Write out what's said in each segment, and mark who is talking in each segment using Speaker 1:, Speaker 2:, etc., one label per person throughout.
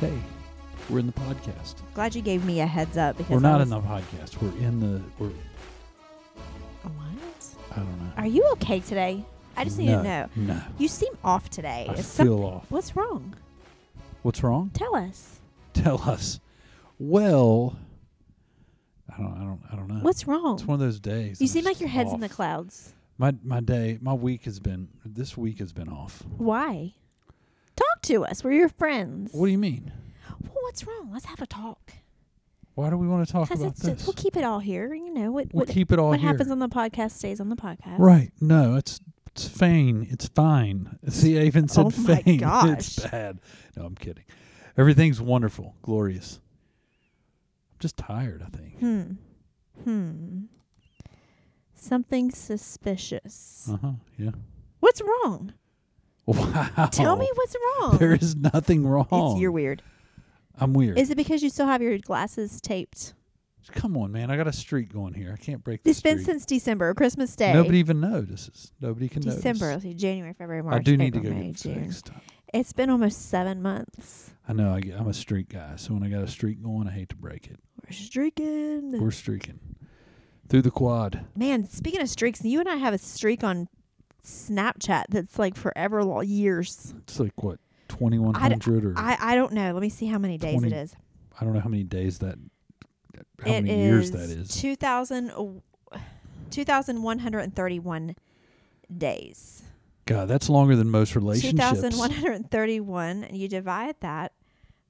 Speaker 1: hey, we're in the podcast.
Speaker 2: Glad you gave me a heads up because
Speaker 1: We're
Speaker 2: I
Speaker 1: not in
Speaker 2: was-
Speaker 1: the podcast. We're in the. We're.
Speaker 2: What?
Speaker 1: I don't know.
Speaker 2: Are you okay today? I just need
Speaker 1: no,
Speaker 2: to know.
Speaker 1: No.
Speaker 2: You seem off today.
Speaker 1: I
Speaker 2: Is
Speaker 1: feel
Speaker 2: something-
Speaker 1: off.
Speaker 2: What's wrong?
Speaker 1: What's wrong?
Speaker 2: Tell us.
Speaker 1: Tell us. Well, I don't. I don't. I don't know.
Speaker 2: What's wrong?
Speaker 1: It's one of those days.
Speaker 2: You
Speaker 1: I'm
Speaker 2: seem like
Speaker 1: just
Speaker 2: your head's in the
Speaker 1: Uh, off.
Speaker 2: clouds.
Speaker 1: My my day. My week has been. This week has been off.
Speaker 2: Why? Talk to us. We're your friends.
Speaker 1: What do you mean?
Speaker 2: well, what's wrong? Let's have a talk.
Speaker 1: Why do we want to talk
Speaker 2: Because
Speaker 1: about
Speaker 2: it's
Speaker 1: this?
Speaker 2: we'll keep it all here. You know what?
Speaker 1: We'll
Speaker 2: what,
Speaker 1: keep it all
Speaker 2: what
Speaker 1: here.
Speaker 2: happens on the podcast stays on the podcast.
Speaker 1: Right. No, it's it's fine. It's fine. See, I even said
Speaker 2: Oh my
Speaker 1: fine.
Speaker 2: gosh.
Speaker 1: It's bad. No, I'm kidding. Everything's wonderful, glorious. I'm just tired, I think.
Speaker 2: Hmm. Hmm. Something suspicious.
Speaker 1: Uh-huh. Yeah.
Speaker 2: What's wrong?
Speaker 1: Wow.
Speaker 2: Tell me what's wrong.
Speaker 1: Oh. There is nothing wrong.
Speaker 2: It's, you're weird.
Speaker 1: I'm weird.
Speaker 2: Is it because you still have your glasses taped?
Speaker 1: Come on, man. I got a streak going here. I can't break this.
Speaker 2: It's been since December, Christmas Day.
Speaker 1: Nobody even notices. Nobody can
Speaker 2: December,
Speaker 1: notice.
Speaker 2: let's see, January, February, March.
Speaker 1: I do need to
Speaker 2: April,
Speaker 1: go
Speaker 2: May,
Speaker 1: get it
Speaker 2: June.
Speaker 1: fixed.
Speaker 2: It's been almost seven months.
Speaker 1: I know. I, am a streak guy, so when I got a streak going, I hate to break it.
Speaker 2: We're streaking.
Speaker 1: We're streaking through the quad.
Speaker 2: Man, speaking of streaks, you and I have a streak on Snapchat that's like forever long, years.
Speaker 1: It's like what twenty one hundred or I,
Speaker 2: I, I don't know. Let me see how many days
Speaker 1: 20
Speaker 2: it is.
Speaker 1: don't know how many days that how
Speaker 2: It
Speaker 1: many years
Speaker 2: is
Speaker 1: that is.
Speaker 2: 2000, o- 2,131 days.
Speaker 1: God, that's longer than most relationships.
Speaker 2: 2,131, and you divide that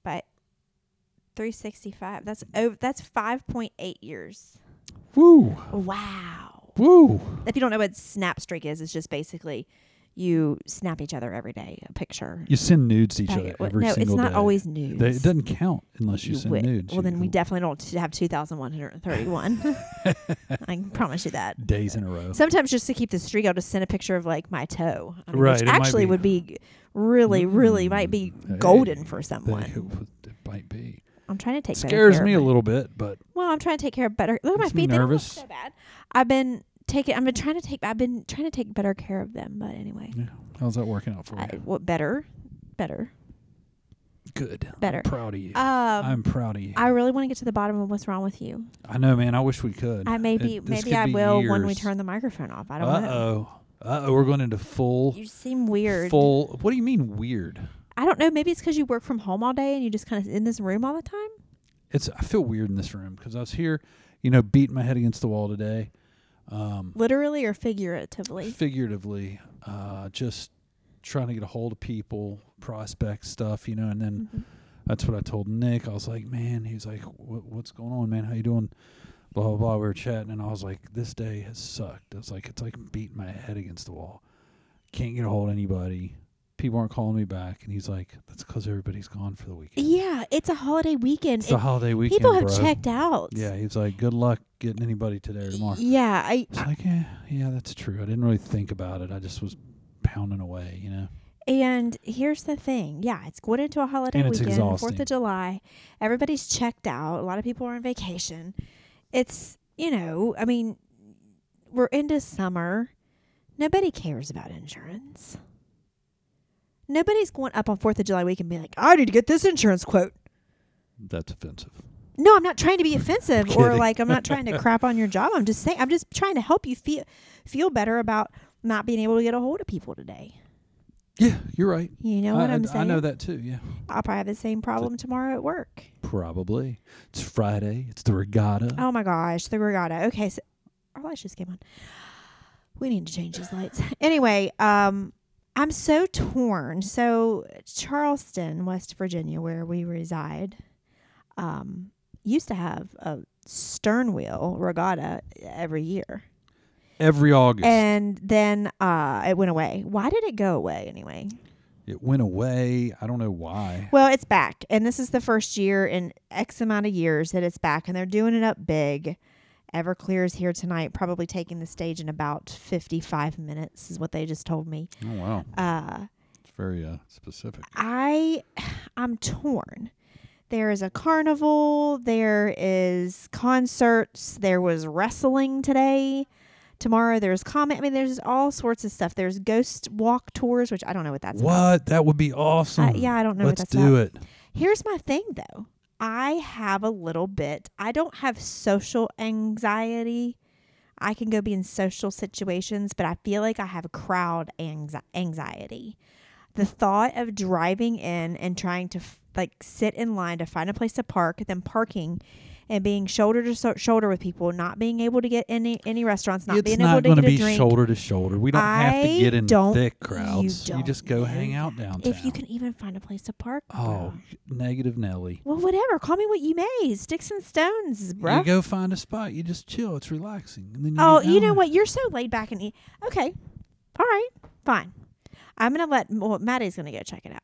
Speaker 2: by 365. That's over, that's 5.8 years.
Speaker 1: Woo,
Speaker 2: Wow.
Speaker 1: woo.
Speaker 2: If you don't know what snap streak is, it's just basically you snap each other every day, a picture.
Speaker 1: You send nudes to each
Speaker 2: Back
Speaker 1: other
Speaker 2: at-
Speaker 1: every
Speaker 2: no,
Speaker 1: single
Speaker 2: it's not
Speaker 1: day.
Speaker 2: always
Speaker 1: They-
Speaker 2: nudes.
Speaker 1: it doesn't count unless you,
Speaker 2: You
Speaker 1: send
Speaker 2: would-
Speaker 1: nudes.
Speaker 2: Well,
Speaker 1: You
Speaker 2: then we
Speaker 1: go
Speaker 2: definitely don't have 2,131. I can promise you that.
Speaker 1: days in a row.
Speaker 2: Sometimes just to keep the streak, I'll just send a picture of like my toe, I mean,
Speaker 1: Right, it
Speaker 2: Which
Speaker 1: might
Speaker 2: actually
Speaker 1: be- Mm.
Speaker 2: would be really, really might be golden for someone.
Speaker 1: It, it might be.
Speaker 2: I'm trying to take better
Speaker 1: Scares
Speaker 2: care
Speaker 1: me
Speaker 2: of
Speaker 1: a
Speaker 2: my-
Speaker 1: little bit, but
Speaker 2: Well, I'm trying to take care of better. Look at my
Speaker 1: Makes me
Speaker 2: feet. They don't look
Speaker 1: nervous.
Speaker 2: so bad. I've been taking. I've been trying to take. I've been trying to take better care of them. But anyway,
Speaker 1: yeah. how's that working out for
Speaker 2: I,
Speaker 1: you?
Speaker 2: what better, better,
Speaker 1: Good.
Speaker 2: better.
Speaker 1: I'm proud of you.
Speaker 2: Um,
Speaker 1: I'm proud of you.
Speaker 2: I really want to get to the bottom of what's wrong with you.
Speaker 1: I know, man. I wish we could.
Speaker 2: I maybe
Speaker 1: It- this
Speaker 2: maybe
Speaker 1: could
Speaker 2: I
Speaker 1: be
Speaker 2: will when we
Speaker 1: years.
Speaker 2: turn the microphone off. I don't
Speaker 1: Uh
Speaker 2: know.
Speaker 1: oh. Uh oh. We're going into full.
Speaker 2: You seem weird.
Speaker 1: Full. What do you mean weird?
Speaker 2: I don't know. Maybe it's because you work from home all day and you just kind of in this room all the time.
Speaker 1: It's. I feel weird in this room because I was here, you know, beating my head against the wall today, um,
Speaker 2: literally or figuratively.
Speaker 1: figuratively, uh, just trying to get a hold of people, prospect stuff, you know. And then
Speaker 2: Mhm.
Speaker 1: that's what I told Nick. I was like, man, he was like, what, what's going on, man? How you doing? Blah blah blah. We were chatting, and I was like, this day has sucked. It's like it's like beating my head against the wall. Can't get a hold of anybody. People aren't calling me back, and he's like, that's because everybody's gone for the weekend.
Speaker 2: Yeah, it's a holiday weekend.
Speaker 1: It's the
Speaker 2: It-
Speaker 1: holiday weekend.
Speaker 2: people have
Speaker 1: bro.
Speaker 2: checked out.
Speaker 1: Yeah, he's like, good luck getting anybody today or tomorrow.
Speaker 2: Yeah, I
Speaker 1: It's like, yeah, yeah, that's true. I didn't really think about it. I just was pounding away, you know.
Speaker 2: and here's the thing. Yeah, it's going into a holiday
Speaker 1: And it's
Speaker 2: weekend, Fourth
Speaker 1: exhausting.
Speaker 2: of July. Everybody's checked out. A lot of people are on vacation. It's you know, I mean, we're into summer. Nobody cares about insurance. Nobody's going up on Fourth of July week and being like, I need to get this insurance quote.
Speaker 1: That's offensive.
Speaker 2: No, I'm not trying to be offensive or
Speaker 1: Kidding.
Speaker 2: like I'm not trying to crap on your job. I'm just saying I'm just trying to help you feel feel better about not being able to get a hold of people today.
Speaker 1: Yeah, you're right.
Speaker 2: You know what
Speaker 1: I,
Speaker 2: I, am
Speaker 1: I-
Speaker 2: saying?
Speaker 1: I know that too. Yeah,
Speaker 2: I'll probably have the same problem tomorrow at work.
Speaker 1: probably. It's Friday. It's the regatta.
Speaker 2: Oh my gosh, the regatta. Okay, so our lights just came on. We need to change these lights. Anyway, um, I'm so torn. So Charleston, West Virginia, where we reside, um, used to have a stern wheel regatta every year.
Speaker 1: Every August,
Speaker 2: and then uh, it went away. Why did it go away anyway?
Speaker 1: it went away. I don't know why.
Speaker 2: Well, it's back, and this is the first year in X amount of years that it's back, and they're doing it up big. Everclear is here tonight, probably taking the stage in about 55 minutes, is what they just told me.
Speaker 1: Oh wow,
Speaker 2: Uh,
Speaker 1: it's very uh, specific.
Speaker 2: I, I'm torn. There is a carnival. There is concerts. There was wrestling today. Tomorrow there's comment. I mean, there's all sorts of stuff. There's ghost walk tours, which I don't know what that's about.
Speaker 1: what? That would be awesome.
Speaker 2: yeah, I don't know what
Speaker 1: Let's
Speaker 2: that's
Speaker 1: do it.
Speaker 2: Here's my thing though. I have a little bit. I don't have social anxiety. I can go be in social situations, but I feel like I have crowd anxi- anxiety. The thought of driving in and trying to f- like sit in line to find a place to park, then parking and being shoulder to so- shoulder with people, not being able to get any any restaurants, not
Speaker 1: it's
Speaker 2: being
Speaker 1: not
Speaker 2: able
Speaker 1: going to
Speaker 2: to get
Speaker 1: be
Speaker 2: a drink.
Speaker 1: shoulder to shoulder. We don't have to
Speaker 2: I
Speaker 1: get in
Speaker 2: don't-
Speaker 1: thick
Speaker 2: you
Speaker 1: crowds. You,
Speaker 2: don't
Speaker 1: just go
Speaker 2: know
Speaker 1: hang out
Speaker 2: that.
Speaker 1: downtown.
Speaker 2: If you can even find a place to park.
Speaker 1: Oh,
Speaker 2: bruh.
Speaker 1: negative Nelly.
Speaker 2: Well, whatever. Call me what you may. Sticks and stones,
Speaker 1: You
Speaker 2: bro.
Speaker 1: go find a spot. You just chill. It's relaxing. And then you
Speaker 2: Oh,
Speaker 1: get
Speaker 2: you know
Speaker 1: down
Speaker 2: what? You're so laid back and e- okay. All right, fine. I'm gonna let well, Maddie's gonna go check it out.
Speaker 1: there.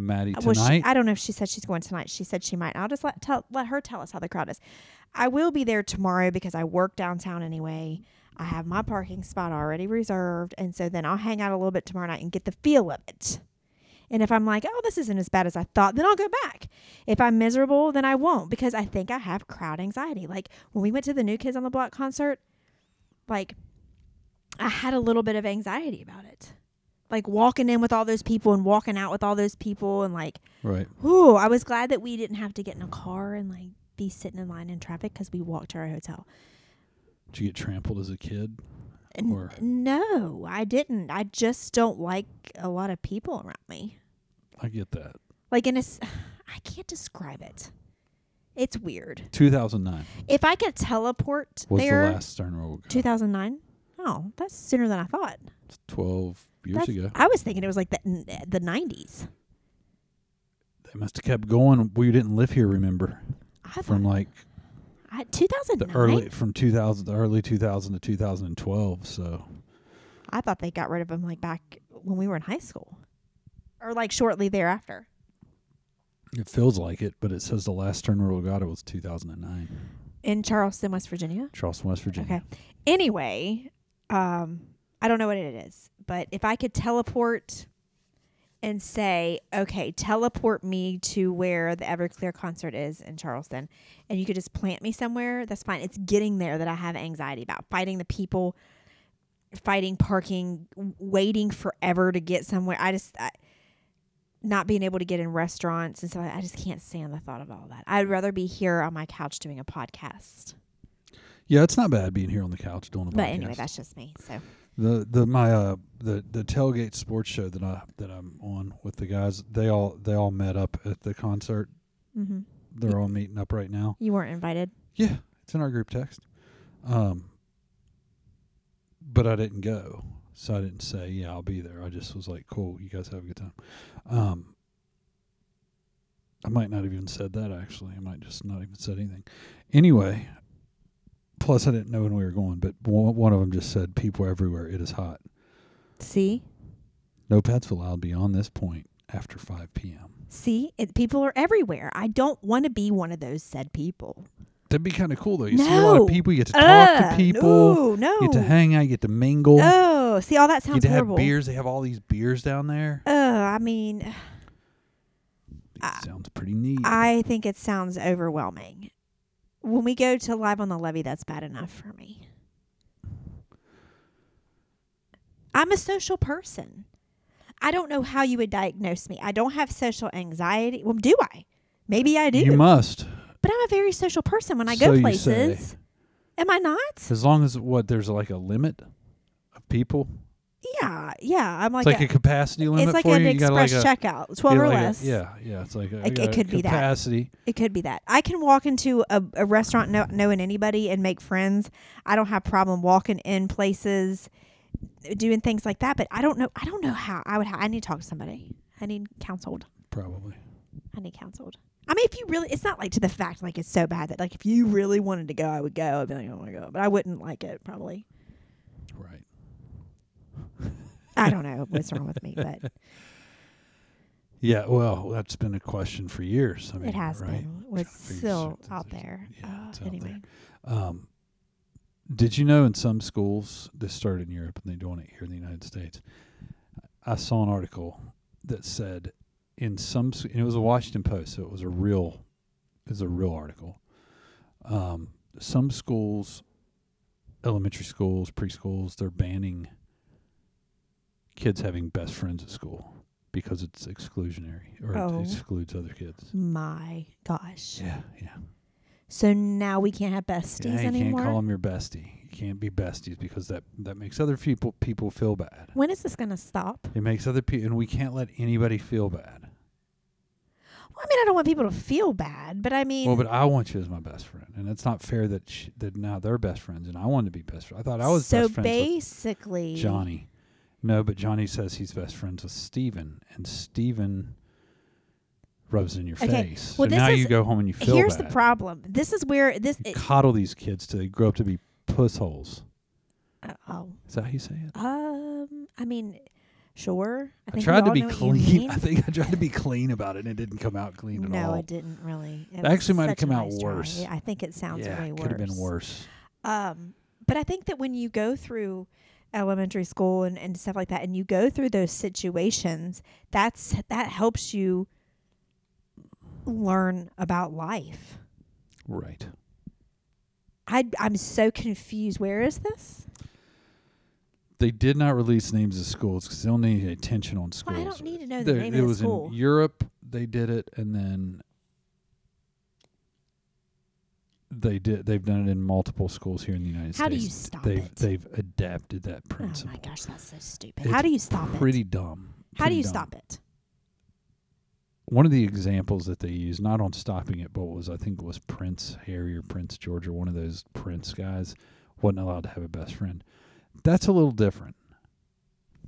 Speaker 1: Maddie
Speaker 2: Well,
Speaker 1: tonight.
Speaker 2: she, I don't know if she said she's going tonight. She said she might. I'll just let tell, let her tell us how the crowd is. I will be there tomorrow because I work downtown anyway. I have my parking spot already reserved, and so then I'll hang out a little bit tomorrow night and get the feel of it. And if I'm like, oh, this isn't as bad as I thought, then I'll go back. If I'm miserable, then I won't because I think I have crowd anxiety. Like when we went to the New Kids on the Block concert, like I had a little bit of anxiety about it. Like walking in with all those people and walking out with all those people and like
Speaker 1: right.
Speaker 2: Ooh, I was glad that we didn't have to get in a car and like be sitting in line in traffic because we walked to our hotel.
Speaker 1: Did you get trampled as a kid?
Speaker 2: N-
Speaker 1: Or-
Speaker 2: no, I didn't. I just don't like a lot of people around me.
Speaker 1: I get that.
Speaker 2: Like in a, s- I can't describe it. It's weird.
Speaker 1: 2009
Speaker 2: If I could teleport
Speaker 1: was
Speaker 2: there,
Speaker 1: the last Stern Roll.
Speaker 2: 2009. Oh, that's sooner than I thought.
Speaker 1: 12 years
Speaker 2: That's-
Speaker 1: ago.
Speaker 2: I was thinking it was like the n- the 90s.
Speaker 1: They must have kept going. We didn't live here, remember?
Speaker 2: I thought
Speaker 1: From like
Speaker 2: I,
Speaker 1: the
Speaker 2: 2009.
Speaker 1: early from 2000 the early 2000 to 2012, so
Speaker 2: I thought they got rid of him like back when we were in high school, or like shortly thereafter.
Speaker 1: it feels like it, but it says the last Stern Roll Regatta was 2009,
Speaker 2: in Charleston, West Virginia.
Speaker 1: Charleston, West Virginia.
Speaker 2: Okay. Anyway, um, I don't know what it is, but if I could teleport and say, okay, teleport me to where the Everclear concert is in Charleston, and you could just plant me somewhere, that's fine. It's getting there that I have anxiety about fighting the people, fighting parking, w- waiting forever to get somewhere. I just, I, not being able to get in restaurants and stuff. I just can't stand the thought of all that. I'd rather be here on my couch doing a podcast.
Speaker 1: Yeah, it's not bad being here on the couch doing a
Speaker 2: But
Speaker 1: podcast.
Speaker 2: anyway, that's just me. So
Speaker 1: the the my uh the the tailgate sports show that I that I'm on with the guys, they all they all met up at the concert. They're all meeting up right now.
Speaker 2: Mm-hmm. you weren't invited.
Speaker 1: Yeah, it's in our group text. Um, but I didn't go, so I didn't say, "Yeah, I'll be there." I just was like, "Cool, you guys have a good time." Um, I might not have even said that actually. I might just not even said anything. Anyway, plus I didn't know when we were going, but one, one of them just said, "People everywhere, it is hot.
Speaker 2: See,
Speaker 1: No pets allowed beyond this point after 5 p.m."
Speaker 2: see, it, people are everywhere. I don't want to be one of those said people.
Speaker 1: That'd be kind of cool though. You see a lot
Speaker 2: No.
Speaker 1: of people. You get to talk
Speaker 2: Ugh,
Speaker 1: to people.
Speaker 2: No,
Speaker 1: You get to
Speaker 2: no.
Speaker 1: hang out. You get to mingle.
Speaker 2: Oh, see, all that
Speaker 1: you
Speaker 2: sounds
Speaker 1: to
Speaker 2: horrible.
Speaker 1: have beers. They have all these beers down there.
Speaker 2: Oh, I mean, I-
Speaker 1: sounds pretty neat.
Speaker 2: I think it sounds overwhelming. When we go to live on the levee, that's bad enough for me. I'm a social person. I don't know how you would diagnose me. I don't have social anxiety. Well, do I? Maybe I do.
Speaker 1: you must,
Speaker 2: But I'm a very social person when I
Speaker 1: So
Speaker 2: go
Speaker 1: you
Speaker 2: places.
Speaker 1: say.
Speaker 2: Am I not?
Speaker 1: as long as what there's like a limit of people.
Speaker 2: Yeah, yeah. I'm like,
Speaker 1: it's like a,
Speaker 2: a-
Speaker 1: capacity limit
Speaker 2: it's like
Speaker 1: for
Speaker 2: an
Speaker 1: you. you gotta
Speaker 2: express
Speaker 1: like a,
Speaker 2: checkout, twelve
Speaker 1: you
Speaker 2: or
Speaker 1: gotta like a-
Speaker 2: less.
Speaker 1: yeah, yeah. It's like a,
Speaker 2: Like, it could be that.
Speaker 1: capacity.
Speaker 2: it could be that. I can walk into a, a restaurant no, knowing anybody and make friends. I don't have problem walking in places, doing things like that. But I don't know. I don't know how I would. Ha- I need to talk to somebody. I need counseled.
Speaker 1: Probably.
Speaker 2: I need counseled. I mean, if you really, it's not like to the fact like it's so bad that like if you really wanted to go, I would go. I'd be like, oh my god, but I wouldn't like it probably.
Speaker 1: Right.
Speaker 2: I don't know what's wrong with me, but
Speaker 1: Yeah. Well, that's been a question for years. I mean,
Speaker 2: it has
Speaker 1: right?
Speaker 2: been. It's
Speaker 1: Trying to figure
Speaker 2: still
Speaker 1: something-
Speaker 2: out
Speaker 1: there's-
Speaker 2: there.
Speaker 1: yeah,
Speaker 2: Uh,
Speaker 1: it's out there.
Speaker 2: anyway,
Speaker 1: Um, did you know in some schools, this started in Europe and they're doing it here in the United States? I saw an article that said in some, s- and it was a Washington Post, so it was a real, it was a real article. Um, some schools, elementary schools, preschools, they're banning kids having best friends at school because it's exclusionary or
Speaker 2: Oh.
Speaker 1: it excludes other kids.
Speaker 2: My gosh.
Speaker 1: Yeah, yeah.
Speaker 2: So now we can't have
Speaker 1: Yeah,
Speaker 2: besties
Speaker 1: you
Speaker 2: anymore.
Speaker 1: can't call them your bestie. You can't be besties because that that makes other people people feel bad.
Speaker 2: when is this going to stop?
Speaker 1: It makes other people, and we can't let anybody feel bad.
Speaker 2: Well, I mean, I don't want people to feel bad, but I mean,
Speaker 1: Well, but I want you as my best friend, and it's not fair that sh- that now they're best friends, and I wanted to be best friends. I thought I was
Speaker 2: so
Speaker 1: best friends
Speaker 2: basically,
Speaker 1: with Johnny. No, but Johnny says he's best friends with Steven, and Steven rubs in your
Speaker 2: Okay,
Speaker 1: face.
Speaker 2: well,
Speaker 1: so
Speaker 2: this
Speaker 1: now
Speaker 2: is-
Speaker 1: you go home and you feel
Speaker 2: here's
Speaker 1: bad.
Speaker 2: the problem. This is where this.
Speaker 1: You
Speaker 2: It,
Speaker 1: coddle these kids till they grow up to be pussholes.
Speaker 2: oh,
Speaker 1: Is that how you say it?
Speaker 2: um, I mean, sure.
Speaker 1: I
Speaker 2: I, think we
Speaker 1: tried to
Speaker 2: all
Speaker 1: be
Speaker 2: know what you
Speaker 1: clean.
Speaker 2: mean.
Speaker 1: I think I tried to be clean about it, and it didn't come out clean at
Speaker 2: no,
Speaker 1: all.
Speaker 2: it didn't really. It
Speaker 1: It
Speaker 2: was
Speaker 1: actually might have
Speaker 2: such a
Speaker 1: come out
Speaker 2: nice try.
Speaker 1: worse.
Speaker 2: Yeah, I think it sounds
Speaker 1: yeah,
Speaker 2: way worse.
Speaker 1: could have been worse.
Speaker 2: Um, but I think that when you go through elementary school and, and stuff like that, and you go through those situations, that's that helps you learn about life.
Speaker 1: Right.
Speaker 2: I I'm so confused. Where is this?
Speaker 1: They did not release names of schools because they don't need any attention on schools.
Speaker 2: Well, I don't need to know the
Speaker 1: There-
Speaker 2: name
Speaker 1: it
Speaker 2: of the
Speaker 1: was
Speaker 2: school.
Speaker 1: in Europe. They did it, and then they did. They've done it in multiple schools here in the United
Speaker 2: How do
Speaker 1: States.
Speaker 2: you stop
Speaker 1: they've
Speaker 2: it?
Speaker 1: they've adapted that
Speaker 2: oh
Speaker 1: principle.
Speaker 2: my gosh, that's so stupid.
Speaker 1: It's
Speaker 2: How do you stop
Speaker 1: Pretty
Speaker 2: it?
Speaker 1: dumb.
Speaker 2: How do
Speaker 1: Pretty
Speaker 2: you
Speaker 1: dumb.
Speaker 2: stop it?
Speaker 1: one of the examples that they used, not on stopping it, but was I think was Prince Harry or Prince George or one of those Prince guys wasn't allowed to have a best friend. That's a little different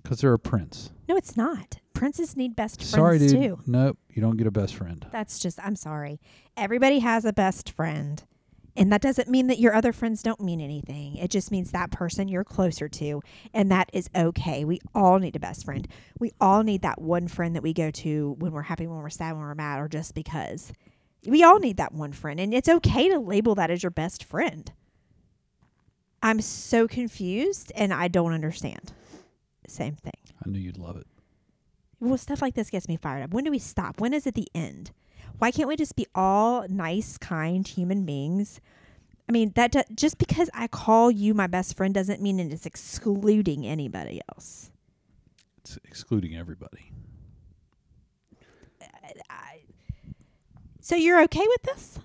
Speaker 1: because they're a prince.
Speaker 2: No, it's not. Princes need best friends
Speaker 1: Sorry, dude.
Speaker 2: too.
Speaker 1: Nope, you don't get a best friend.
Speaker 2: That's just, I'm sorry. Everybody has a best friend. And that doesn't mean that your other friends don't mean anything. It just means that person you're closer to. And that is okay. We all need a best friend. We all need that one friend that we go to when we're happy, when we're sad, when we're mad, or just because. We all need that one friend. And it's okay to label that as your best friend. I'm so confused and I don't understand. Same thing.
Speaker 1: I knew you'd love it.
Speaker 2: Well, stuff like this gets me fired up. When do we stop? When is it the end? Why can't we just be all nice, kind human beings? I mean, that do- just because I call you my best friend doesn't mean it is excluding anybody else.
Speaker 1: It's excluding everybody.
Speaker 2: So you're okay with this?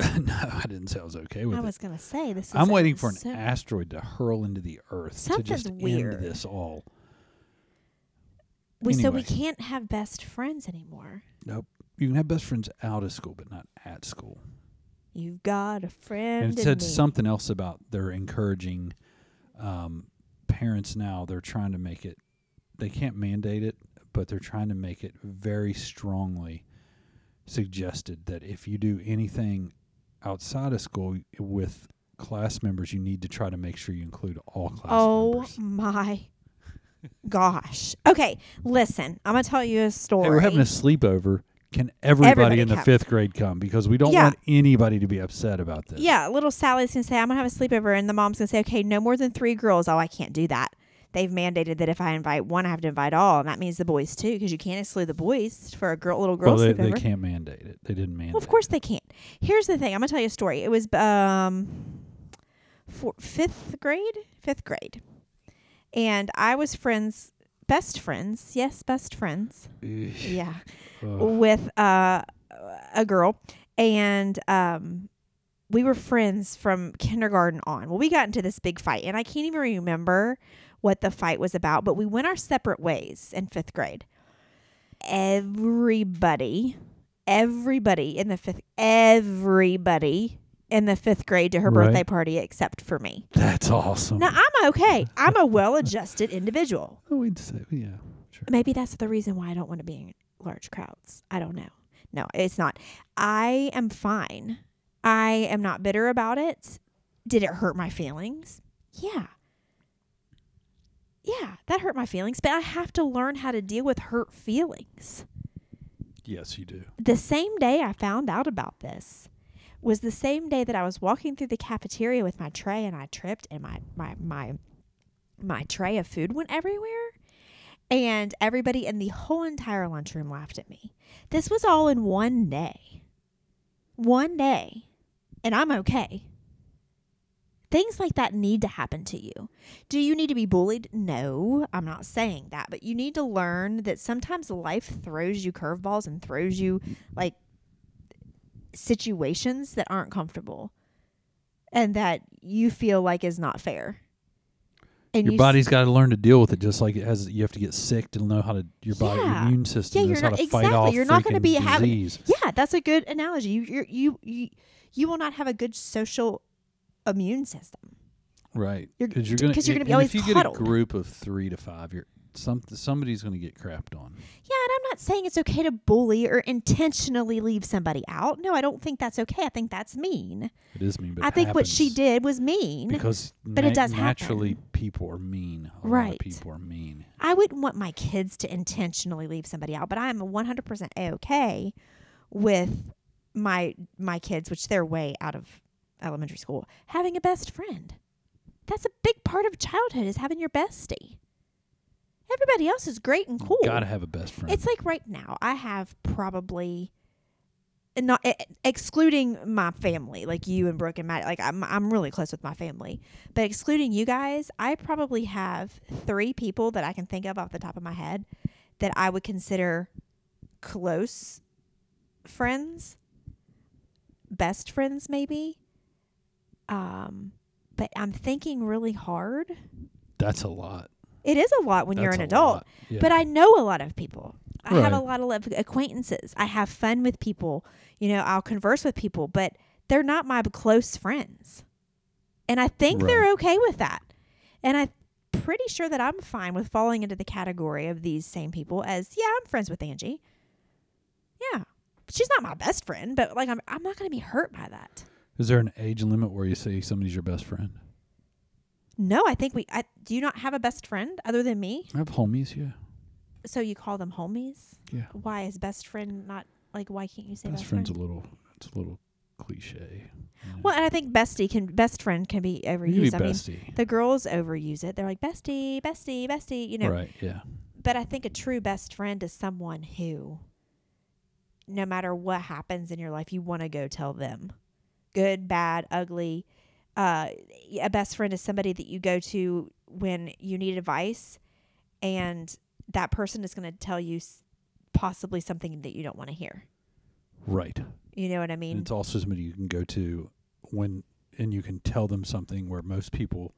Speaker 1: no, I didn't say I was okay with
Speaker 2: I
Speaker 1: it.
Speaker 2: was gonna say this. Is
Speaker 1: I'm waiting for an
Speaker 2: so-
Speaker 1: asteroid to hurl into the Earth to
Speaker 2: Something's
Speaker 1: just
Speaker 2: weird.
Speaker 1: end this all.
Speaker 2: we, so we
Speaker 1: anyway.
Speaker 2: can't have best friends anymore.
Speaker 1: Nope. You can have best friends out of school, but not at school.
Speaker 2: You've got a friend.
Speaker 1: and it
Speaker 2: in
Speaker 1: said
Speaker 2: me.
Speaker 1: something else about they're encouraging um, parents now they're trying to make it they can't mandate it but they're trying to make it very strongly suggested that if you do anything outside of school with class members you need to try to make sure you include all class
Speaker 2: Oh
Speaker 1: members
Speaker 2: my gosh. Okay, listen. I'm gonna tell you a story.
Speaker 1: hey we're having a sleepover can everybody,
Speaker 2: Everybody
Speaker 1: in the
Speaker 2: come.
Speaker 1: fifth grade come because we don't
Speaker 2: Yeah.
Speaker 1: want anybody to be upset about this
Speaker 2: Yeah, little Sally's gonna say, I'm gonna have a sleepover, and the mom's gonna say, Okay, no more than three girls. Oh, I can't do that. They've mandated that if I invite one, I have to invite all, and that means the boys too, because you can't exclude the boys for a girl, little girl
Speaker 1: well they, they
Speaker 2: sleepover.
Speaker 1: can't mandate it they didn't mandate
Speaker 2: Well, of course they can't. Here's the thing. I'm gonna tell you a story. It was um, four, fifth grade, fifth grade, and I was friends, best friends, yes, best friends,
Speaker 1: it.
Speaker 2: yeah,
Speaker 1: Ugh.
Speaker 2: with uh, a girl, and um, we were friends from kindergarten on. Well, we got into this big fight, and I can't even remember what the fight was about, but we went our separate ways in fifth grade. Everybody, everybody in the fifth, everybody in the fifth grade to her
Speaker 1: Right. Oh
Speaker 2: birthday party except for me.
Speaker 1: that's awesome
Speaker 2: Now I'm okay. I'm a well-adjusted individual.
Speaker 1: Oh, we'd say, yeah, sure.
Speaker 2: Maybe that's the reason why I don't want to be in large crowds. I don't know. No, it's not. I am fine. I am not bitter about it. Did it hurt my feelings? Yeah. Yeah, that hurt my feelings, but I have to learn how to deal with hurt feelings.
Speaker 1: Yes, you do.
Speaker 2: The same day I found out about this was the same day that I was walking through the cafeteria with my tray and I tripped and my my my my tray of food went everywhere and everybody in the whole entire lunchroom laughed at me. This was all in one day. One day. And I'm okay. Things like that need to happen to you. Do you need to be bullied? No, I'm not saying that, but you need to learn that sometimes life throws you curveballs and throws you like situations that aren't comfortable and that you feel like is not fair. And
Speaker 1: your
Speaker 2: you s-
Speaker 1: body's got to learn to deal with it, just like it has. You have to get sick to know how to your body, your
Speaker 2: Yeah.
Speaker 1: immune system
Speaker 2: Yeah,
Speaker 1: knows
Speaker 2: you're
Speaker 1: how
Speaker 2: not-
Speaker 1: to fight
Speaker 2: exactly.
Speaker 1: off
Speaker 2: You're not gonna
Speaker 1: freaking
Speaker 2: be having-
Speaker 1: disease.
Speaker 2: Yeah, that's a good analogy. You you you you, you will not have a good social immune system.
Speaker 1: Right.
Speaker 2: You're-
Speaker 1: Because you're going
Speaker 2: 'cause
Speaker 1: to
Speaker 2: you're gonna be
Speaker 1: and
Speaker 2: always
Speaker 1: If you
Speaker 2: coddled.
Speaker 1: get a group of three to five, you're some somebody's going to get crapped on.
Speaker 2: Yeah, and I'm not saying it's okay to bully or intentionally leave somebody out. No, I don't think that's okay. I think that's mean.
Speaker 1: It is mean, but
Speaker 2: I
Speaker 1: it
Speaker 2: think what she
Speaker 1: happens
Speaker 2: did was mean.
Speaker 1: because
Speaker 2: but it does
Speaker 1: naturally
Speaker 2: happen.
Speaker 1: people are mean. A lot of
Speaker 2: Right.
Speaker 1: people are mean.
Speaker 2: I wouldn't want my kids to intentionally leave somebody out, but I am 100% a-okay with my my kids, which they're way out of elementary school, having a best friend. That's a big part of childhood is having your bestie. Everybody else is great and cool.
Speaker 1: Got to have a best friend.
Speaker 2: It's like right now, I have probably and not e- excluding my family, like you and Brooke and Matt. Like I'm, I'm really close with my family, but excluding you guys, I probably have three people that I can think of off the top of my head that I would consider close friends, best friends, maybe. Um, but I'm thinking really hard.
Speaker 1: That's a lot.
Speaker 2: It is a lot when you're
Speaker 1: That's
Speaker 2: an
Speaker 1: a
Speaker 2: adult.
Speaker 1: lot. Yeah.
Speaker 2: But I know a lot of people. I have a
Speaker 1: Right.
Speaker 2: lot of love- acquaintances. I have fun with people. You know, I'll converse with people, but they're not my close friends. And I think they're okay with that. And I'm pretty sure that I'm fine with falling into the category of these same people as, yeah, I'm friends with Angie. Yeah. She's not my best friend, but like I'm I'm not going to be hurt by that.
Speaker 1: is there an age limit where you say somebody's your best friend?
Speaker 2: No, I think we I do you not have a best friend other than me?
Speaker 1: I have homies. Yeah.
Speaker 2: So you call them homies?
Speaker 1: Yeah.
Speaker 2: Why is best friend not like why can't you say
Speaker 1: Best,
Speaker 2: best, friend?
Speaker 1: friend's a little. It's a little cliche. you know.
Speaker 2: Well, and I think bestie can best friend can be
Speaker 1: you can be
Speaker 2: overused. I mean,
Speaker 1: bestie.
Speaker 2: the girls overuse it. They're like bestie, bestie, bestie, you know.
Speaker 1: Right. Yeah.
Speaker 2: But I think a true best friend is someone who no matter what happens in your life, you want to go tell them. Good, bad, ugly. Uh, a best friend is somebody that you go to when you need advice and that person is going to tell you s- possibly something that you don't want to hear.
Speaker 1: Right.
Speaker 2: You know what I
Speaker 1: And
Speaker 2: mean?
Speaker 1: it's also somebody you can go to when, and you can tell them something where most people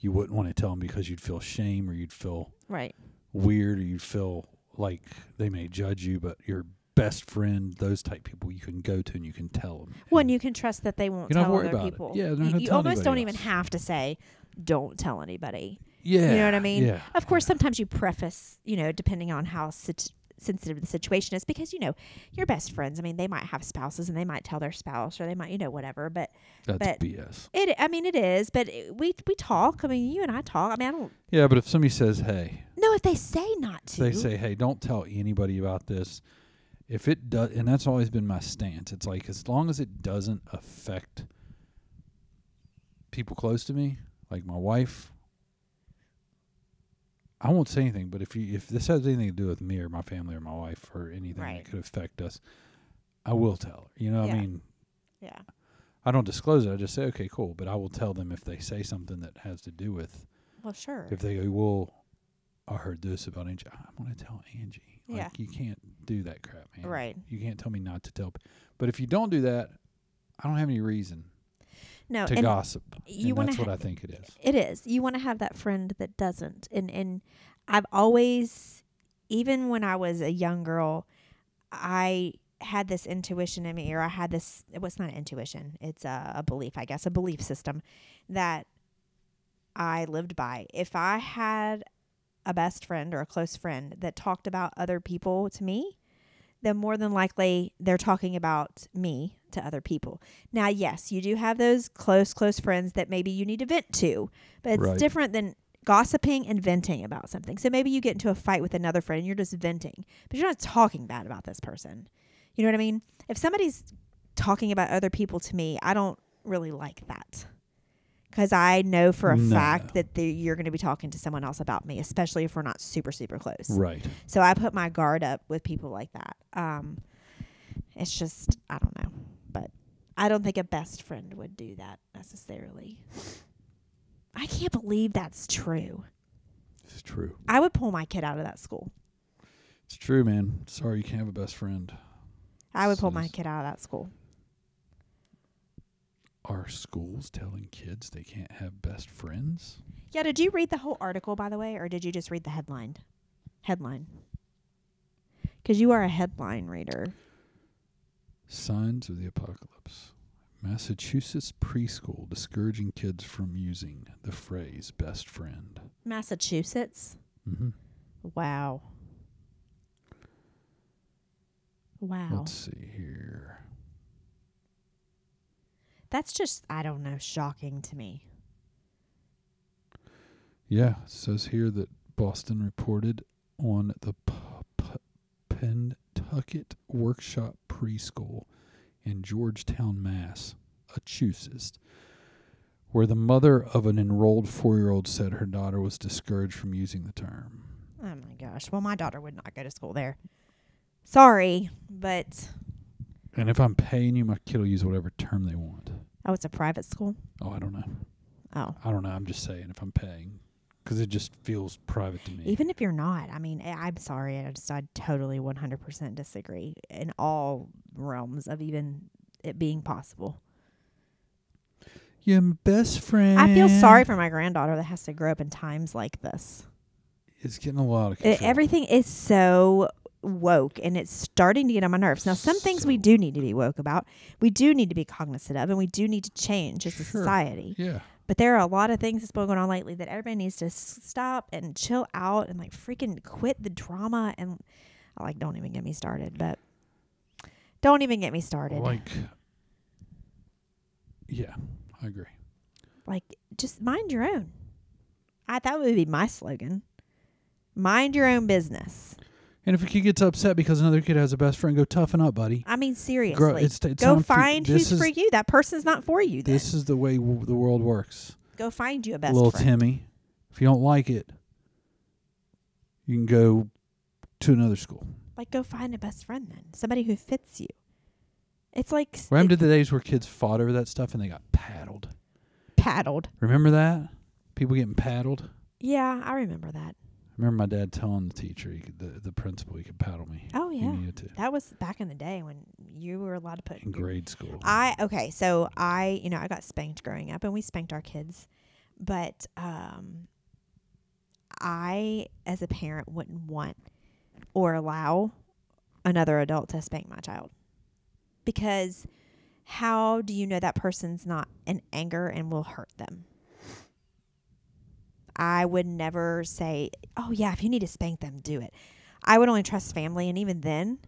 Speaker 1: you wouldn't want to tell them because you'd feel shame or you'd feel
Speaker 2: Right.
Speaker 1: weird or you'd feel like they may judge you, but your best friend, those type people you can go to and you can tell them.
Speaker 2: Well, and you can trust that they won't
Speaker 1: You don't
Speaker 2: tell
Speaker 1: worry
Speaker 2: other
Speaker 1: about it.
Speaker 2: people.
Speaker 1: Yeah, they're not
Speaker 2: you,
Speaker 1: gonna
Speaker 2: you
Speaker 1: tell
Speaker 2: almost
Speaker 1: anybody
Speaker 2: don't even
Speaker 1: else.
Speaker 2: have to say, "Don't tell anybody."
Speaker 1: yeah.
Speaker 2: You know what I mean?
Speaker 1: Yeah.
Speaker 2: Of course, sometimes you preface, you know, depending on how sit- sensitive the situation is, because you know your best friends. I mean, they might have spouses, and they might tell their spouse, or they might, you know, whatever. But
Speaker 1: That's
Speaker 2: but-
Speaker 1: BS.
Speaker 2: it, I mean, it is. But it, we we talk. I mean, you and I talk. I mean, I don't
Speaker 1: Yeah, but if somebody says, hey,
Speaker 2: know if they say not to.
Speaker 1: they say, hey, don't tell anybody about this. If it does, and that's always been my stance. It's like as long as it doesn't affect people close to me, like my wife, I won't say anything. But if you if this has anything to do with me or my family or my wife or anything
Speaker 2: Right.
Speaker 1: that could affect us, I will tell. her. You know, what I
Speaker 2: Yeah.
Speaker 1: mean,
Speaker 2: yeah,
Speaker 1: I don't disclose it. I just say, okay, cool. But I will tell them if they say something that has to do with
Speaker 2: well, sure.
Speaker 1: if they go, well, I heard this about Angie. I'm gonna tell Angie. Like
Speaker 2: Yeah.
Speaker 1: you can't do that crap, man.
Speaker 2: Right.
Speaker 1: You can't tell me not to tell. p- But if you don't do that, I don't have any reason
Speaker 2: no,
Speaker 1: to
Speaker 2: and
Speaker 1: gossip.
Speaker 2: you
Speaker 1: and
Speaker 2: want
Speaker 1: that's
Speaker 2: to
Speaker 1: what I think it is.
Speaker 2: It is. You want to have that friend that doesn't. And and I've always even when I was a young girl, I had this intuition in me or I had this well, it's not an intuition. It's a, a belief, I guess, a belief system that I lived by. If I had a best friend or a close friend that talked about other people to me, then more than likely they're talking about me to other people. Now, yes, you do have those close, close friends that maybe you need to vent to, but it's
Speaker 1: Right.
Speaker 2: different than gossiping and venting about something. So maybe you get into a fight with another friend and you're just venting, but you're not talking bad about this person. You know what I mean? If somebody's talking about other people to me, I don't really like that. Because I know for a
Speaker 1: No.
Speaker 2: fact that the, you're going to be talking to someone else about me, especially if we're not super, super close.
Speaker 1: Right.
Speaker 2: So I put my guard up with people like that. Um, it's just I don't know, but I don't think a best friend would do that necessarily. I can't believe that's true.
Speaker 1: It's true.
Speaker 2: I would pull my kid out of that school.
Speaker 1: It's true, man. Sorry, you can't have a best friend.
Speaker 2: I would pull my
Speaker 1: Sis.
Speaker 2: kid out of that school.
Speaker 1: Are schools telling kids they can't have best friends?
Speaker 2: Yeah, did you read the whole article, by the way, or did you just read the headline? Headline. Because you are a headline reader.
Speaker 1: Signs of the apocalypse. Massachusetts preschool discouraging kids from using the phrase best friend.
Speaker 2: Massachusetts?
Speaker 1: Mm-hmm.
Speaker 2: Wow. Wow.
Speaker 1: Let's see here.
Speaker 2: That's just, I don't know, shocking to me.
Speaker 1: Yeah, it says here that Boston reported on the P- P- Pentucket Workshop Preschool in Georgetown, Mass., Massachusetts, where the mother of an enrolled four year old said her daughter was discouraged from using the term.
Speaker 2: Oh my gosh. Well, my daughter would not go to school there. Sorry, but
Speaker 1: And if I'm paying you, my kid will use whatever term they want.
Speaker 2: oh, it's a private school.
Speaker 1: Oh, I don't know.
Speaker 2: Oh,
Speaker 1: I don't know. I'm just saying if I'm paying because it just feels private to me.
Speaker 2: even if you're not, I mean, I- I'm sorry. I just, I totally 100% disagree in all realms of even it being possible.
Speaker 1: Your best friend.
Speaker 2: I feel sorry
Speaker 1: Mm.
Speaker 2: for my granddaughter that has to grow up in times like this.
Speaker 1: It's getting a lot of
Speaker 2: Uh,
Speaker 1: control.
Speaker 2: everything is so woke and it's starting to get on my nerves. Now, some things we
Speaker 1: So-
Speaker 2: do need to be woke about, we do need to be cognizant of, and we do need to change as a
Speaker 1: Sure.
Speaker 2: society.
Speaker 1: Yeah.
Speaker 2: But there are a lot of things that's been going on lately that everybody needs to s- stop and chill out and like freaking quit the drama and like don't even get me started. But don't even get me started. Like,
Speaker 1: Like, yeah, I agree.
Speaker 2: just mind your own. I that would be my slogan. Mind your own business.
Speaker 1: And if a kid gets upset because another kid has a best friend, go toughen up, buddy.
Speaker 2: I mean seriously.
Speaker 1: Grow, it's, it's
Speaker 2: Go
Speaker 1: time for-
Speaker 2: find
Speaker 1: this
Speaker 2: who's
Speaker 1: is,
Speaker 2: for you. That person's not for you. Then.
Speaker 1: This is the way w- the world works.
Speaker 2: Go find you a best
Speaker 1: Little
Speaker 2: friend.
Speaker 1: Timmy, if you don't like it, you can go to another school.
Speaker 2: Like go find a best friend then. Somebody who fits you. It's like s-
Speaker 1: Remember the days where kids fought over that stuff and they got paddled.
Speaker 2: paddled.
Speaker 1: Remember that? People getting paddled.
Speaker 2: Yeah, I remember that.
Speaker 1: Remember my dad telling the teacher, he could, the the principal, he could paddle me.
Speaker 2: Oh
Speaker 1: He
Speaker 2: yeah.
Speaker 1: needed to
Speaker 2: That was back in the day when you were allowed to put.
Speaker 1: in grade school.
Speaker 2: I okay, so I you know I got spanked growing up, and we spanked our kids, but um, I as a parent wouldn't want or allow another adult to spank my child because how do you know that person's not in anger and will hurt them? I would never say, "Oh yeah, if you need to spank them, do it." I would only trust family, and even then,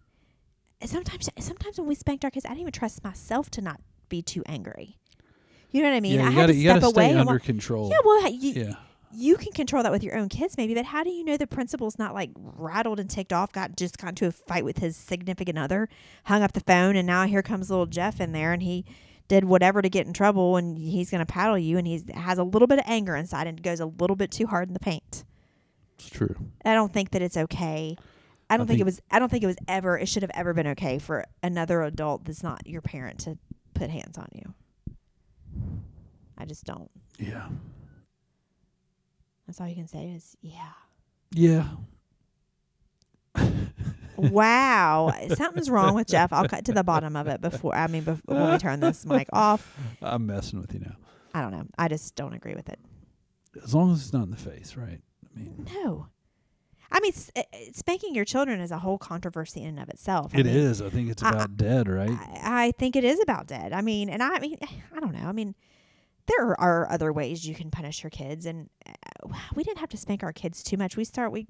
Speaker 2: and sometimes sometimes when we spanked our kids, I didn't even trust myself to not be too angry. You know what I mean?
Speaker 1: yeah,
Speaker 2: I
Speaker 1: you
Speaker 2: had
Speaker 1: gotta,
Speaker 2: to
Speaker 1: you
Speaker 2: step
Speaker 1: gotta
Speaker 2: away.
Speaker 1: stay
Speaker 2: and
Speaker 1: under
Speaker 2: wa-
Speaker 1: control.
Speaker 2: yeah, well, you,
Speaker 1: yeah.
Speaker 2: you can control that with your own kids, maybe. But how do you know the principal's not like rattled and ticked off? Got just got into a fight with his significant other, hung up the phone, and now here comes little Jeff in there, and he did whatever to get in trouble, and he's gonna paddle you, and he's has a little bit of anger inside and goes a little bit too hard in the paint.
Speaker 1: It's true.
Speaker 2: I don't think that it's okay. I don't
Speaker 1: I
Speaker 2: think, it
Speaker 1: think-
Speaker 2: was. I don't think it was ever. It should have ever been okay for another adult that's not your parent to put hands on you. I just don't.
Speaker 1: Yeah.
Speaker 2: That's all you can say is yeah.
Speaker 1: Yeah.
Speaker 2: Wow, something's wrong with Jeff. I'll cut to the bottom of it before. I mean, bef- when we turn this mic off,
Speaker 1: I'm messing with you now.
Speaker 2: I don't know. I just don't agree with it.
Speaker 1: As long as it's not in the face, right? I mean,
Speaker 2: No, I mean, s- uh, uh, spanking your children is a whole controversy in and of itself. I
Speaker 1: it
Speaker 2: mean,
Speaker 1: is. I think it's
Speaker 2: I-
Speaker 1: about dead, right?
Speaker 2: I, I think it is about dead. I mean, and I, mean, I don't know. I mean, there are other ways you can punish your kids, and uh, we didn't have to spank our kids too much. We start we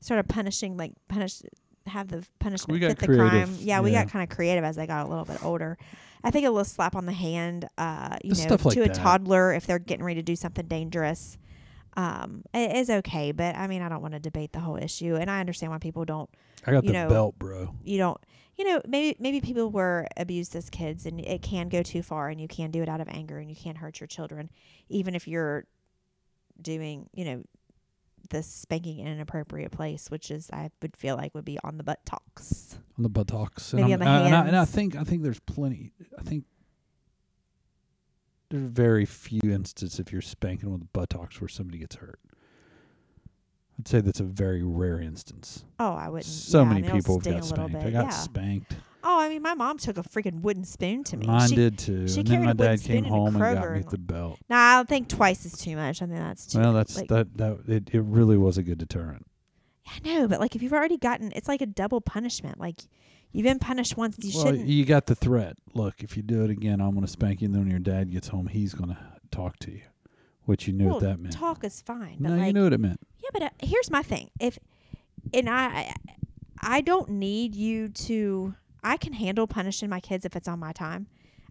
Speaker 2: started punishing like punish have the punishment
Speaker 1: We got
Speaker 2: fit the
Speaker 1: creative,
Speaker 2: crime. Yeah, we
Speaker 1: yeah.
Speaker 2: got kind of creative as I got a little bit older. I think a little slap on the hand, uh, you
Speaker 1: Just
Speaker 2: know,
Speaker 1: stuff like
Speaker 2: to a
Speaker 1: that.
Speaker 2: toddler if they're getting ready to do something dangerous. Um, it is okay, but I mean, I don't want to debate the whole issue, and I understand why people don't
Speaker 1: I got
Speaker 2: you
Speaker 1: the
Speaker 2: know,
Speaker 1: belt, bro.
Speaker 2: you don't you know maybe maybe people were abused as kids and it can go too far and you can do it out of anger and you can hurt your children even if you're doing you know the spanking in an appropriate place which is i would feel like would be on the buttocks
Speaker 1: On the buttocks. And,
Speaker 2: Maybe
Speaker 1: I'm-
Speaker 2: on the
Speaker 1: I- and I, and I
Speaker 2: hands.
Speaker 1: think I think there's plenty. I think there's very few instances if you're spanking with the buttocks where somebody gets hurt. I'd say that's a very rare instance.
Speaker 2: Oh, I wouldn't.
Speaker 1: so
Speaker 2: yeah, I
Speaker 1: many
Speaker 2: mean, it'll
Speaker 1: people have
Speaker 2: sting
Speaker 1: got
Speaker 2: a little
Speaker 1: spanked.
Speaker 2: Bit.
Speaker 1: I got
Speaker 2: yeah.
Speaker 1: spanked.
Speaker 2: oh, I mean, my mom took a freaking wooden spoon to me.
Speaker 1: Mine
Speaker 2: she,
Speaker 1: did too.
Speaker 2: she
Speaker 1: and then
Speaker 2: carried
Speaker 1: my
Speaker 2: a wooden
Speaker 1: dad
Speaker 2: spoon
Speaker 1: came
Speaker 2: into
Speaker 1: home and got
Speaker 2: Kroger
Speaker 1: me
Speaker 2: and,
Speaker 1: with the belt.
Speaker 2: No, I don't think twice is too much. I think that's too.
Speaker 1: Well, that's
Speaker 2: like-
Speaker 1: that that it, it really was a good deterrent.
Speaker 2: I know, but like if you've already gotten, it's like a double punishment. Like you've been punished once, you
Speaker 1: well,
Speaker 2: shouldn't.
Speaker 1: you got the threat. Look, if you do it again, I'm going to spank you. And then when your dad gets home, he's going to talk to you, which you knew
Speaker 2: well,
Speaker 1: what that meant.
Speaker 2: talk is fine, but
Speaker 1: no,
Speaker 2: like
Speaker 1: you knew what it meant.
Speaker 2: Yeah, but uh, here's my thing. If and I, I- I don't need you to. I can handle punishing my kids if it's on my time.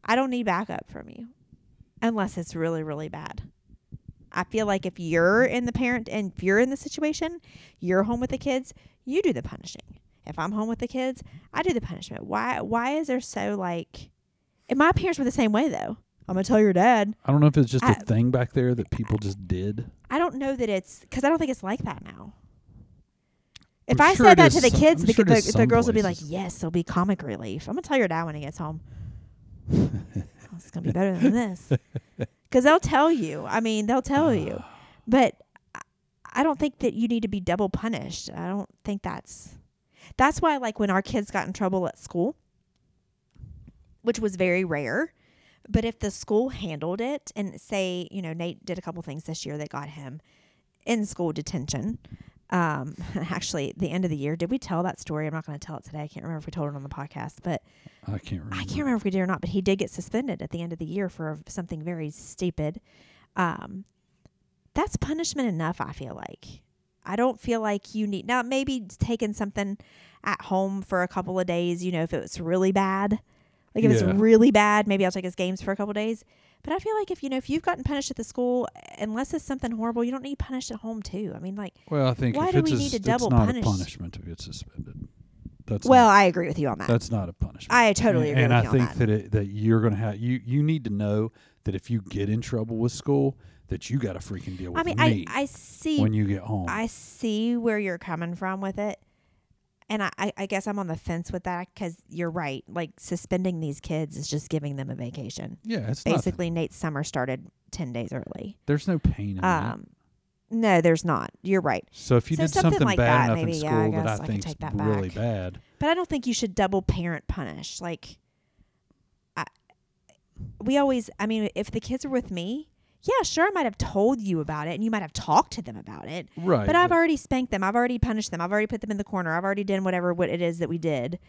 Speaker 2: I don't need backup from you, unless it's really really bad. I feel like if you're in the parent and if you're in the situation, you're home with the kids, you do the punishing. If I'm home with the kids, I do the punishment. Why? Why is there so like? And my parents were the same way though. I'm gonna tell your dad.
Speaker 1: I don't know if it's just a
Speaker 2: I-
Speaker 1: thing back there that people just did.
Speaker 2: I don't know that it's because I don't think it's like that now. If
Speaker 1: I'm
Speaker 2: i
Speaker 1: sure it
Speaker 2: said that
Speaker 1: is
Speaker 2: to the
Speaker 1: some-
Speaker 2: kids,
Speaker 1: I'm
Speaker 2: the,
Speaker 1: sure it
Speaker 2: the,
Speaker 1: is
Speaker 2: the
Speaker 1: some
Speaker 2: girls would be like,
Speaker 1: places.
Speaker 2: "Yes, it'll be comic relief." I'm gonna tell your dad when he gets home. "Oh, it's gonna be better than this because they'll tell you. I mean, they'll tell you, but I- I don't think that you need to be double punished. I don't think that's that's why. Like when our kids got in trouble at school, which was very rare, but if the school handled it and say, you know, Nate did a couple things this year that got him in school detention. Um, actually, the end of the year, did we tell that story? I'm not going to tell it today. I can't remember if we told it on the podcast, but
Speaker 1: I can't remember.
Speaker 2: I can't remember if we did or not. But he did get suspended at the end of the year for something very stupid. Um, that's punishment enough. I feel like I don't feel like you need now. Maybe taking something at home for a couple of days. You know, if it's really bad, like if
Speaker 1: Yeah.
Speaker 2: it's really bad, maybe I'll take his games for a couple of days. But I feel like if you know if you've gotten punished at the school, unless it's something horrible, you don't need punished at home too. I mean, like,
Speaker 1: Well, I think
Speaker 2: Why
Speaker 1: if
Speaker 2: do
Speaker 1: it's
Speaker 2: we
Speaker 1: a
Speaker 2: need
Speaker 1: s-
Speaker 2: to
Speaker 1: it's
Speaker 2: double
Speaker 1: not
Speaker 2: punish?
Speaker 1: a punishment to get suspended. That's
Speaker 2: well,
Speaker 1: not,
Speaker 2: I agree with you on that.
Speaker 1: that's not a punishment.
Speaker 2: I totally
Speaker 1: and,
Speaker 2: agree
Speaker 1: and
Speaker 2: with
Speaker 1: I
Speaker 2: you on
Speaker 1: think
Speaker 2: that.
Speaker 1: that it, that you're going to have you you need to know that if you get in trouble with school, that you got to freaking deal with
Speaker 2: I mean, I
Speaker 1: me
Speaker 2: I see
Speaker 1: when you get home.
Speaker 2: I see where you're coming from with it. And I- I, I guess I'm on the fence with that because you're right. Like suspending these kids is just giving them a vacation.
Speaker 1: yeah, it's not.
Speaker 2: Basically, Nate's summer started 10 days early.
Speaker 1: There's no pain in that.
Speaker 2: Um, no, there's not. You're right.
Speaker 1: So if you
Speaker 2: So
Speaker 1: did
Speaker 2: something
Speaker 1: something,
Speaker 2: like that,
Speaker 1: bad enough
Speaker 2: maybe,
Speaker 1: in
Speaker 2: yeah,
Speaker 1: school
Speaker 2: I
Speaker 1: that
Speaker 2: guess I
Speaker 1: I
Speaker 2: could
Speaker 1: think's
Speaker 2: take that
Speaker 1: really
Speaker 2: back.
Speaker 1: bad,
Speaker 2: But I don't think you should double parent punish. Like, I, we always, I mean, if the kids were with me, yeah, sure, I might have told you about it and you might have talked to them about it.
Speaker 1: right?
Speaker 2: But I've already spanked them. I've already punished them. I've already put them in the corner. I've already done whatever what it is that we did.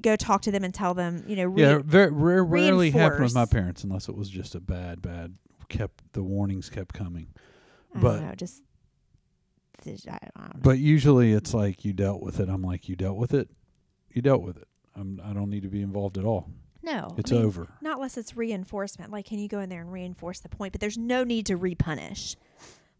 Speaker 2: Go talk to them and tell them, you know, re-
Speaker 1: yeah, very rare, rarely happened with my
Speaker 2: reinforce.
Speaker 1: parents unless it was just a bad, bad. Kept the warnings kept coming,
Speaker 2: I
Speaker 1: but-
Speaker 2: don't know, just I don't know.
Speaker 1: but usually it's like you dealt with it. I'm like, you dealt with it, you dealt with it. I'm, I don't need to be involved at all.
Speaker 2: no,
Speaker 1: It's
Speaker 2: I mean,
Speaker 1: over.
Speaker 2: Not unless it's reinforcement. Like, can you go in there and reinforce the point? But there's no need to repunish.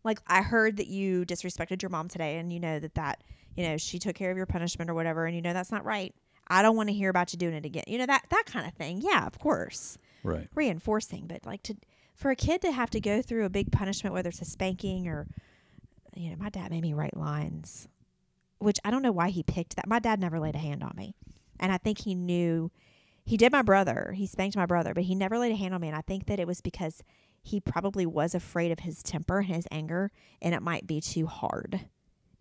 Speaker 2: Like, I heard that you disrespected your mom today, and you know that that you know she took care of your punishment or whatever, and you know that's not right. I don't want to hear about you doing it again. You know that that kind of thing. Yeah, of course.
Speaker 1: Right.
Speaker 2: reinforcing, but like to for a kid to have to go through a big punishment, whether it's a spanking or you know, my dad made me write lines, which I don't know why he picked that. My dad never laid a hand on me, and I think he knew he did my brother. He spanked my brother, but he never laid a hand on me, and I think that it was because he probably was afraid of his temper and his anger, and it might be too hard.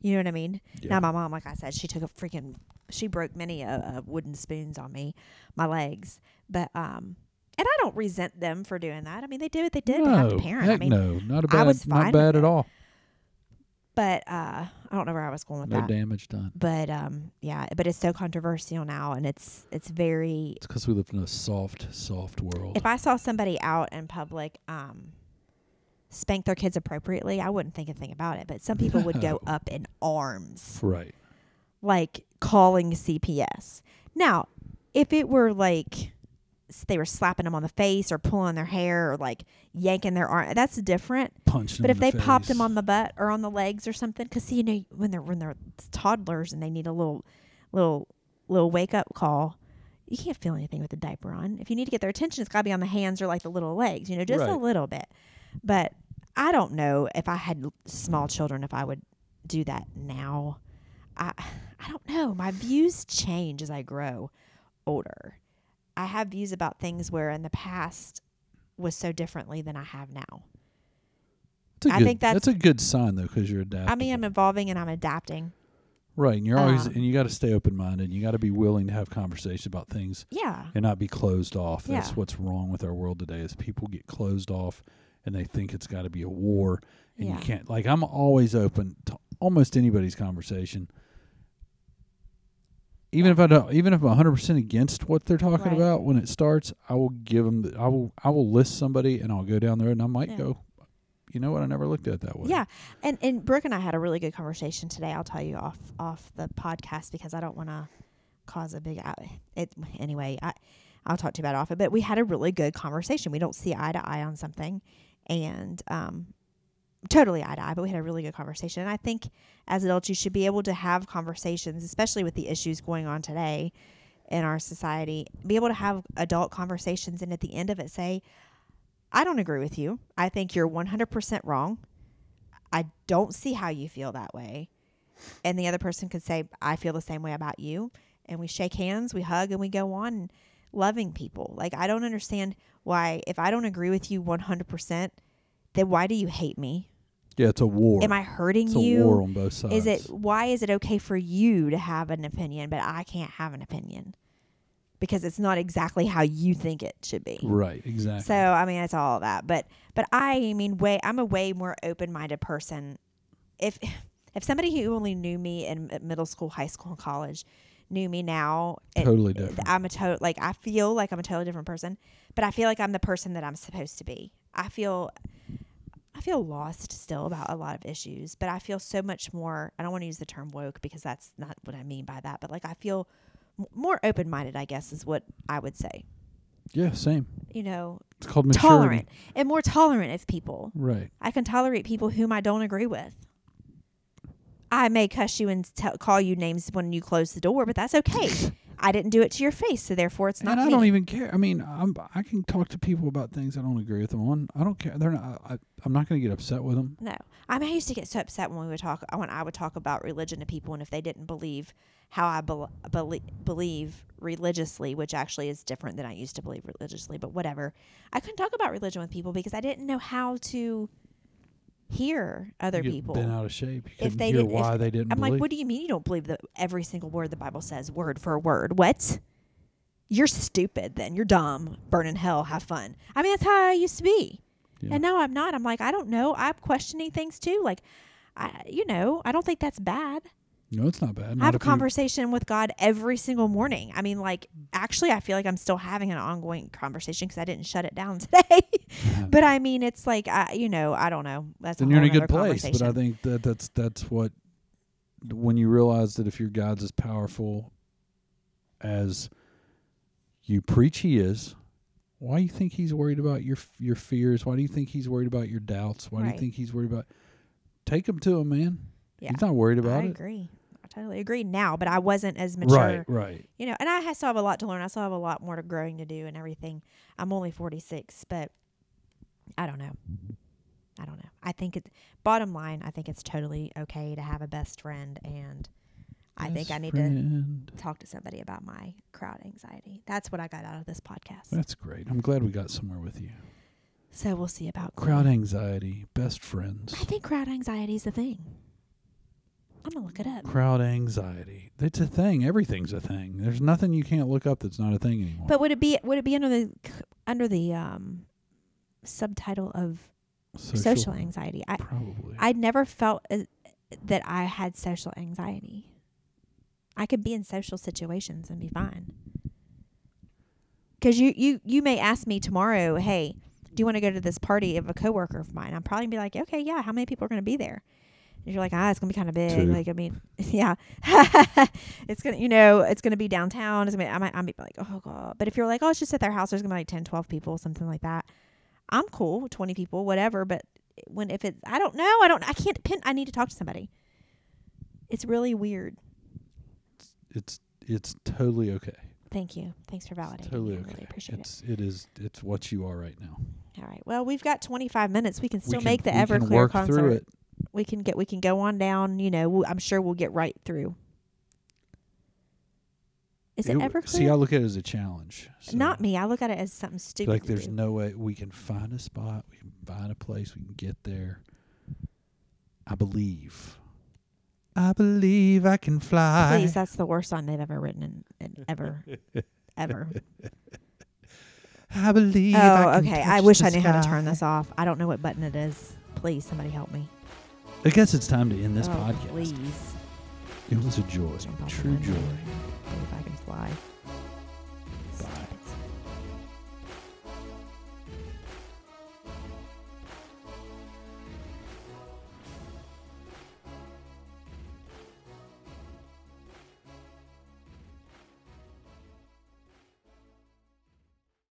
Speaker 2: You know what I mean?
Speaker 1: Yeah.
Speaker 2: Now my mom, like I said, she took a freaking she broke many uh, uh, wooden spoons on me, my legs. But um, and I don't resent them for doing that. I mean, they did what they did. they have to
Speaker 1: no,
Speaker 2: parent. I
Speaker 1: heck
Speaker 2: mean,
Speaker 1: no, not a
Speaker 2: I
Speaker 1: bad,
Speaker 2: was fine
Speaker 1: not bad
Speaker 2: with
Speaker 1: at
Speaker 2: it.
Speaker 1: all.
Speaker 2: but uh, I don't know where I was going with
Speaker 1: No
Speaker 2: that.
Speaker 1: damage done.
Speaker 2: But um, yeah, but it's so controversial now, and it's it's very.
Speaker 1: It's because we live in a soft, soft world.
Speaker 2: If I saw somebody out in public, um, spank their kids appropriately, I wouldn't think a thing about it. But some people would go
Speaker 1: No.
Speaker 2: up in arms.
Speaker 1: right.
Speaker 2: like calling CPS. Now, if it were like s- they were slapping them on the face or pulling their hair or like yanking their arm, that's different.
Speaker 1: Punch.
Speaker 2: But if they popped them on the butt or on the legs or something, because you know when they're when they're toddlers and they need a little little little wake up call, you can't feel anything with the diaper on. If you need to get their attention, it's got to be on the hands or like the little legs, you know, just a
Speaker 1: Right.
Speaker 2: little bit. But I don't know if I had l- small children if I would do that now. I I don't know. My views change as I grow older. I have views about things where in the past was so differently than I have now.
Speaker 1: That's a
Speaker 2: I
Speaker 1: good-
Speaker 2: think that's-
Speaker 1: a good sign though, because you're adapting.
Speaker 2: I mean, I'm evolving and I'm adapting.
Speaker 1: right, and you're always
Speaker 2: um,
Speaker 1: and you got to stay open minded. You got to be willing to have conversations about things
Speaker 2: Yeah.
Speaker 1: and not be closed off. That's
Speaker 2: Yeah.
Speaker 1: what's wrong with our world today is people get closed off and they think it's got to be a war and
Speaker 2: Yeah.
Speaker 1: you can't like I'm always open to almost anybody's conversation. Even if I don't even if I'm 100% against what they're talking
Speaker 2: Right.
Speaker 1: about when it starts, I will give them the, I will I will list somebody and I'll go down the road and I might
Speaker 2: Yeah.
Speaker 1: go you know what? I never looked at it that way.
Speaker 2: Yeah. And and Brooke and I had a really good conversation today. I'll tell you off off the podcast because I don't want to cause a big I- it anyway. I I'll talk to you about it off it, but we had a really good conversation. We don't see eye to eye on something and um totally eye to eye, but we had a really good conversation. And I think as adults you should be able to have conversations, especially with the issues going on today in our society, be able to have adult conversations and at the end of it say, I don't agree with you. I think you're 100% wrong. I don't see how you feel that way. And the other person could say, I feel the same way about you. And we shake hands, we hug, and we go on loving people. Like, I don't understand why, if I don't agree with you 100%, then why do you hate me?
Speaker 1: Yeah, it's a war.
Speaker 2: Am I hurting
Speaker 1: it's
Speaker 2: you?
Speaker 1: a war on both sides.
Speaker 2: is it why is it okay for you to have an opinion but i can't have an opinion because it's not exactly how you think it should be
Speaker 1: Right, exactly.
Speaker 2: so i mean it's all that but but i mean way i'm a way more open-minded person if if somebody who only knew me in m- middle school high school and college knew me now it-
Speaker 1: Totally different.
Speaker 2: i'm a total like i feel like i'm a totally different person but i feel like i'm the person that i'm supposed to be i feel I feel lost still about a lot of issues, but I feel so much more. I don't want to use the term woke because that's not what I mean by that, but like I feel m- more open minded, I guess, is what I would say.
Speaker 1: yeah, same.
Speaker 2: You know,
Speaker 1: It's called maturity.
Speaker 2: tolerant and more tolerant of people.
Speaker 1: Right.
Speaker 2: I can tolerate people whom I don't agree with. I may cuss you and tell, call you names when you close the door, but that's okay. I didn't do it to your face, so therefore it's not
Speaker 1: and I
Speaker 2: me.
Speaker 1: don't even care. I mean, I'm, I can talk to people about things I don't agree with them on. I don't care. They're not. I, I'm not going to get upset with them.
Speaker 2: No, I mean I used to get so upset when we would talk when I would talk about religion to people, and if they didn't believe how I bel belie- believe religiously, which actually is different than I used to believe religiously, but whatever. I couldn't talk about religion with people because I didn't know how to hear other
Speaker 1: You've
Speaker 2: people.
Speaker 1: been out of shape. You couldn't
Speaker 2: they
Speaker 1: hear
Speaker 2: didn't- if-
Speaker 1: why they didn't
Speaker 2: I'm
Speaker 1: believe.
Speaker 2: like, what do you mean you don't believe that every single word the Bible says, word for word? What? You're stupid then. You're dumb. Burn in hell. Have fun. I mean, that's how I used to be.
Speaker 1: Yeah.
Speaker 2: And now I'm not. I'm like, I don't know. I'm questioning things too. Like, I, you know, I don't think that's bad.
Speaker 1: no, it's not bad. Not
Speaker 2: I have a
Speaker 1: if you-
Speaker 2: conversation with God every single morning. I mean, like, actually, I feel like I'm still having an ongoing conversation because I didn't shut it down today. but I mean, it's like, I, you know, I don't know. That's
Speaker 1: Then
Speaker 2: a
Speaker 1: you're in a
Speaker 2: whole
Speaker 1: good
Speaker 2: nother
Speaker 1: place. But I
Speaker 2: conversation.
Speaker 1: think that that's that's what when you realize that if your God's as powerful as you preach He is, why do you think He's worried about your your fears? Why do you think He's worried about your doubts? Why do
Speaker 2: Right.
Speaker 1: you think He's worried about? Take him to him, man.
Speaker 2: Yeah.
Speaker 1: He's not worried about
Speaker 2: I
Speaker 1: it.
Speaker 2: agree. I totally agree now, but I wasn't as
Speaker 1: Right,
Speaker 2: mature.
Speaker 1: right.
Speaker 2: You know, and I ha- still have a lot to learn. I still have a lot more to growing to do and everything. I'm only 46, but I don't know. I don't know. I think it. Bottom line, I think it's totally okay to have a best friend, and I think I need
Speaker 1: friend.
Speaker 2: to talk to somebody about my crowd anxiety. That's what I got out of this podcast.
Speaker 1: That's great. I'm glad we got somewhere with you.
Speaker 2: So we'll see about
Speaker 1: Crowd
Speaker 2: Glenn.
Speaker 1: anxiety, best
Speaker 2: I
Speaker 1: friends.
Speaker 2: think crowd anxiety is a thing. I'm gonna look it up.
Speaker 1: Crowd anxiety. It's a thing. Everything's a thing. There's nothing you can't look up that's not a thing anymore.
Speaker 2: But would it be would it be under the under the um subtitle of social, anxiety? I
Speaker 1: Probably.
Speaker 2: I never felt uh, that I had social anxiety. I could be in social situations and be fine. Cuz you you you may ask me tomorrow, "Hey, do you want to go to this party of a coworker of mine?" I'm probably gonna be like, "Okay, yeah, how many people are going to be there?" And you're like, "Ah, it's going to be kind of big."
Speaker 1: Two.
Speaker 2: Like, I mean, yeah. it's going to, you know, it's going to be downtown. It's going to I might I'm be like, "Oh god." But if you're like, "Oh, it's just at their house. There's going to be like 10, 12 people, something like that." I'm cool, 20 people, whatever, but when if it's I don't know, I don't I can't pin I need to talk to somebody. It's really weird.
Speaker 1: it's it's totally okay.
Speaker 2: Thank you. Thanks for validating. me.
Speaker 1: Totally
Speaker 2: I
Speaker 1: okay.
Speaker 2: really appreciate
Speaker 1: it's it is it's what you are right now.
Speaker 2: it. All right. Well, we've got 25 minutes. We can still
Speaker 1: we can,
Speaker 2: make the
Speaker 1: we can
Speaker 2: Everclear
Speaker 1: work
Speaker 2: concert.
Speaker 1: through it.
Speaker 2: We can get we can go on down, you know, we'll, I'm sure we'll get right through. Is it, ever
Speaker 1: See, I
Speaker 2: clear?
Speaker 1: look at it as a challenge. So,
Speaker 2: Not me. I look at it as something stupid.
Speaker 1: Like,
Speaker 2: to
Speaker 1: there's
Speaker 2: do.
Speaker 1: no way we can find a spot. We can find a place. We can get there. I believe. I believe I can fly.
Speaker 2: Please, that's the worst song they've ever written in, in ever, ever.
Speaker 1: I believe.
Speaker 2: Oh,
Speaker 1: I can
Speaker 2: okay. I
Speaker 1: touch
Speaker 2: wish
Speaker 1: the
Speaker 2: I knew how to
Speaker 1: sky.
Speaker 2: turn this off. I don't know what button it is. Please, somebody help me.
Speaker 1: I guess it's time to end this
Speaker 2: Oh,
Speaker 1: podcast.
Speaker 2: Please.
Speaker 1: It was a joy,
Speaker 2: Jump off the
Speaker 1: true
Speaker 2: window.
Speaker 1: joy.
Speaker 2: Believe I can fly.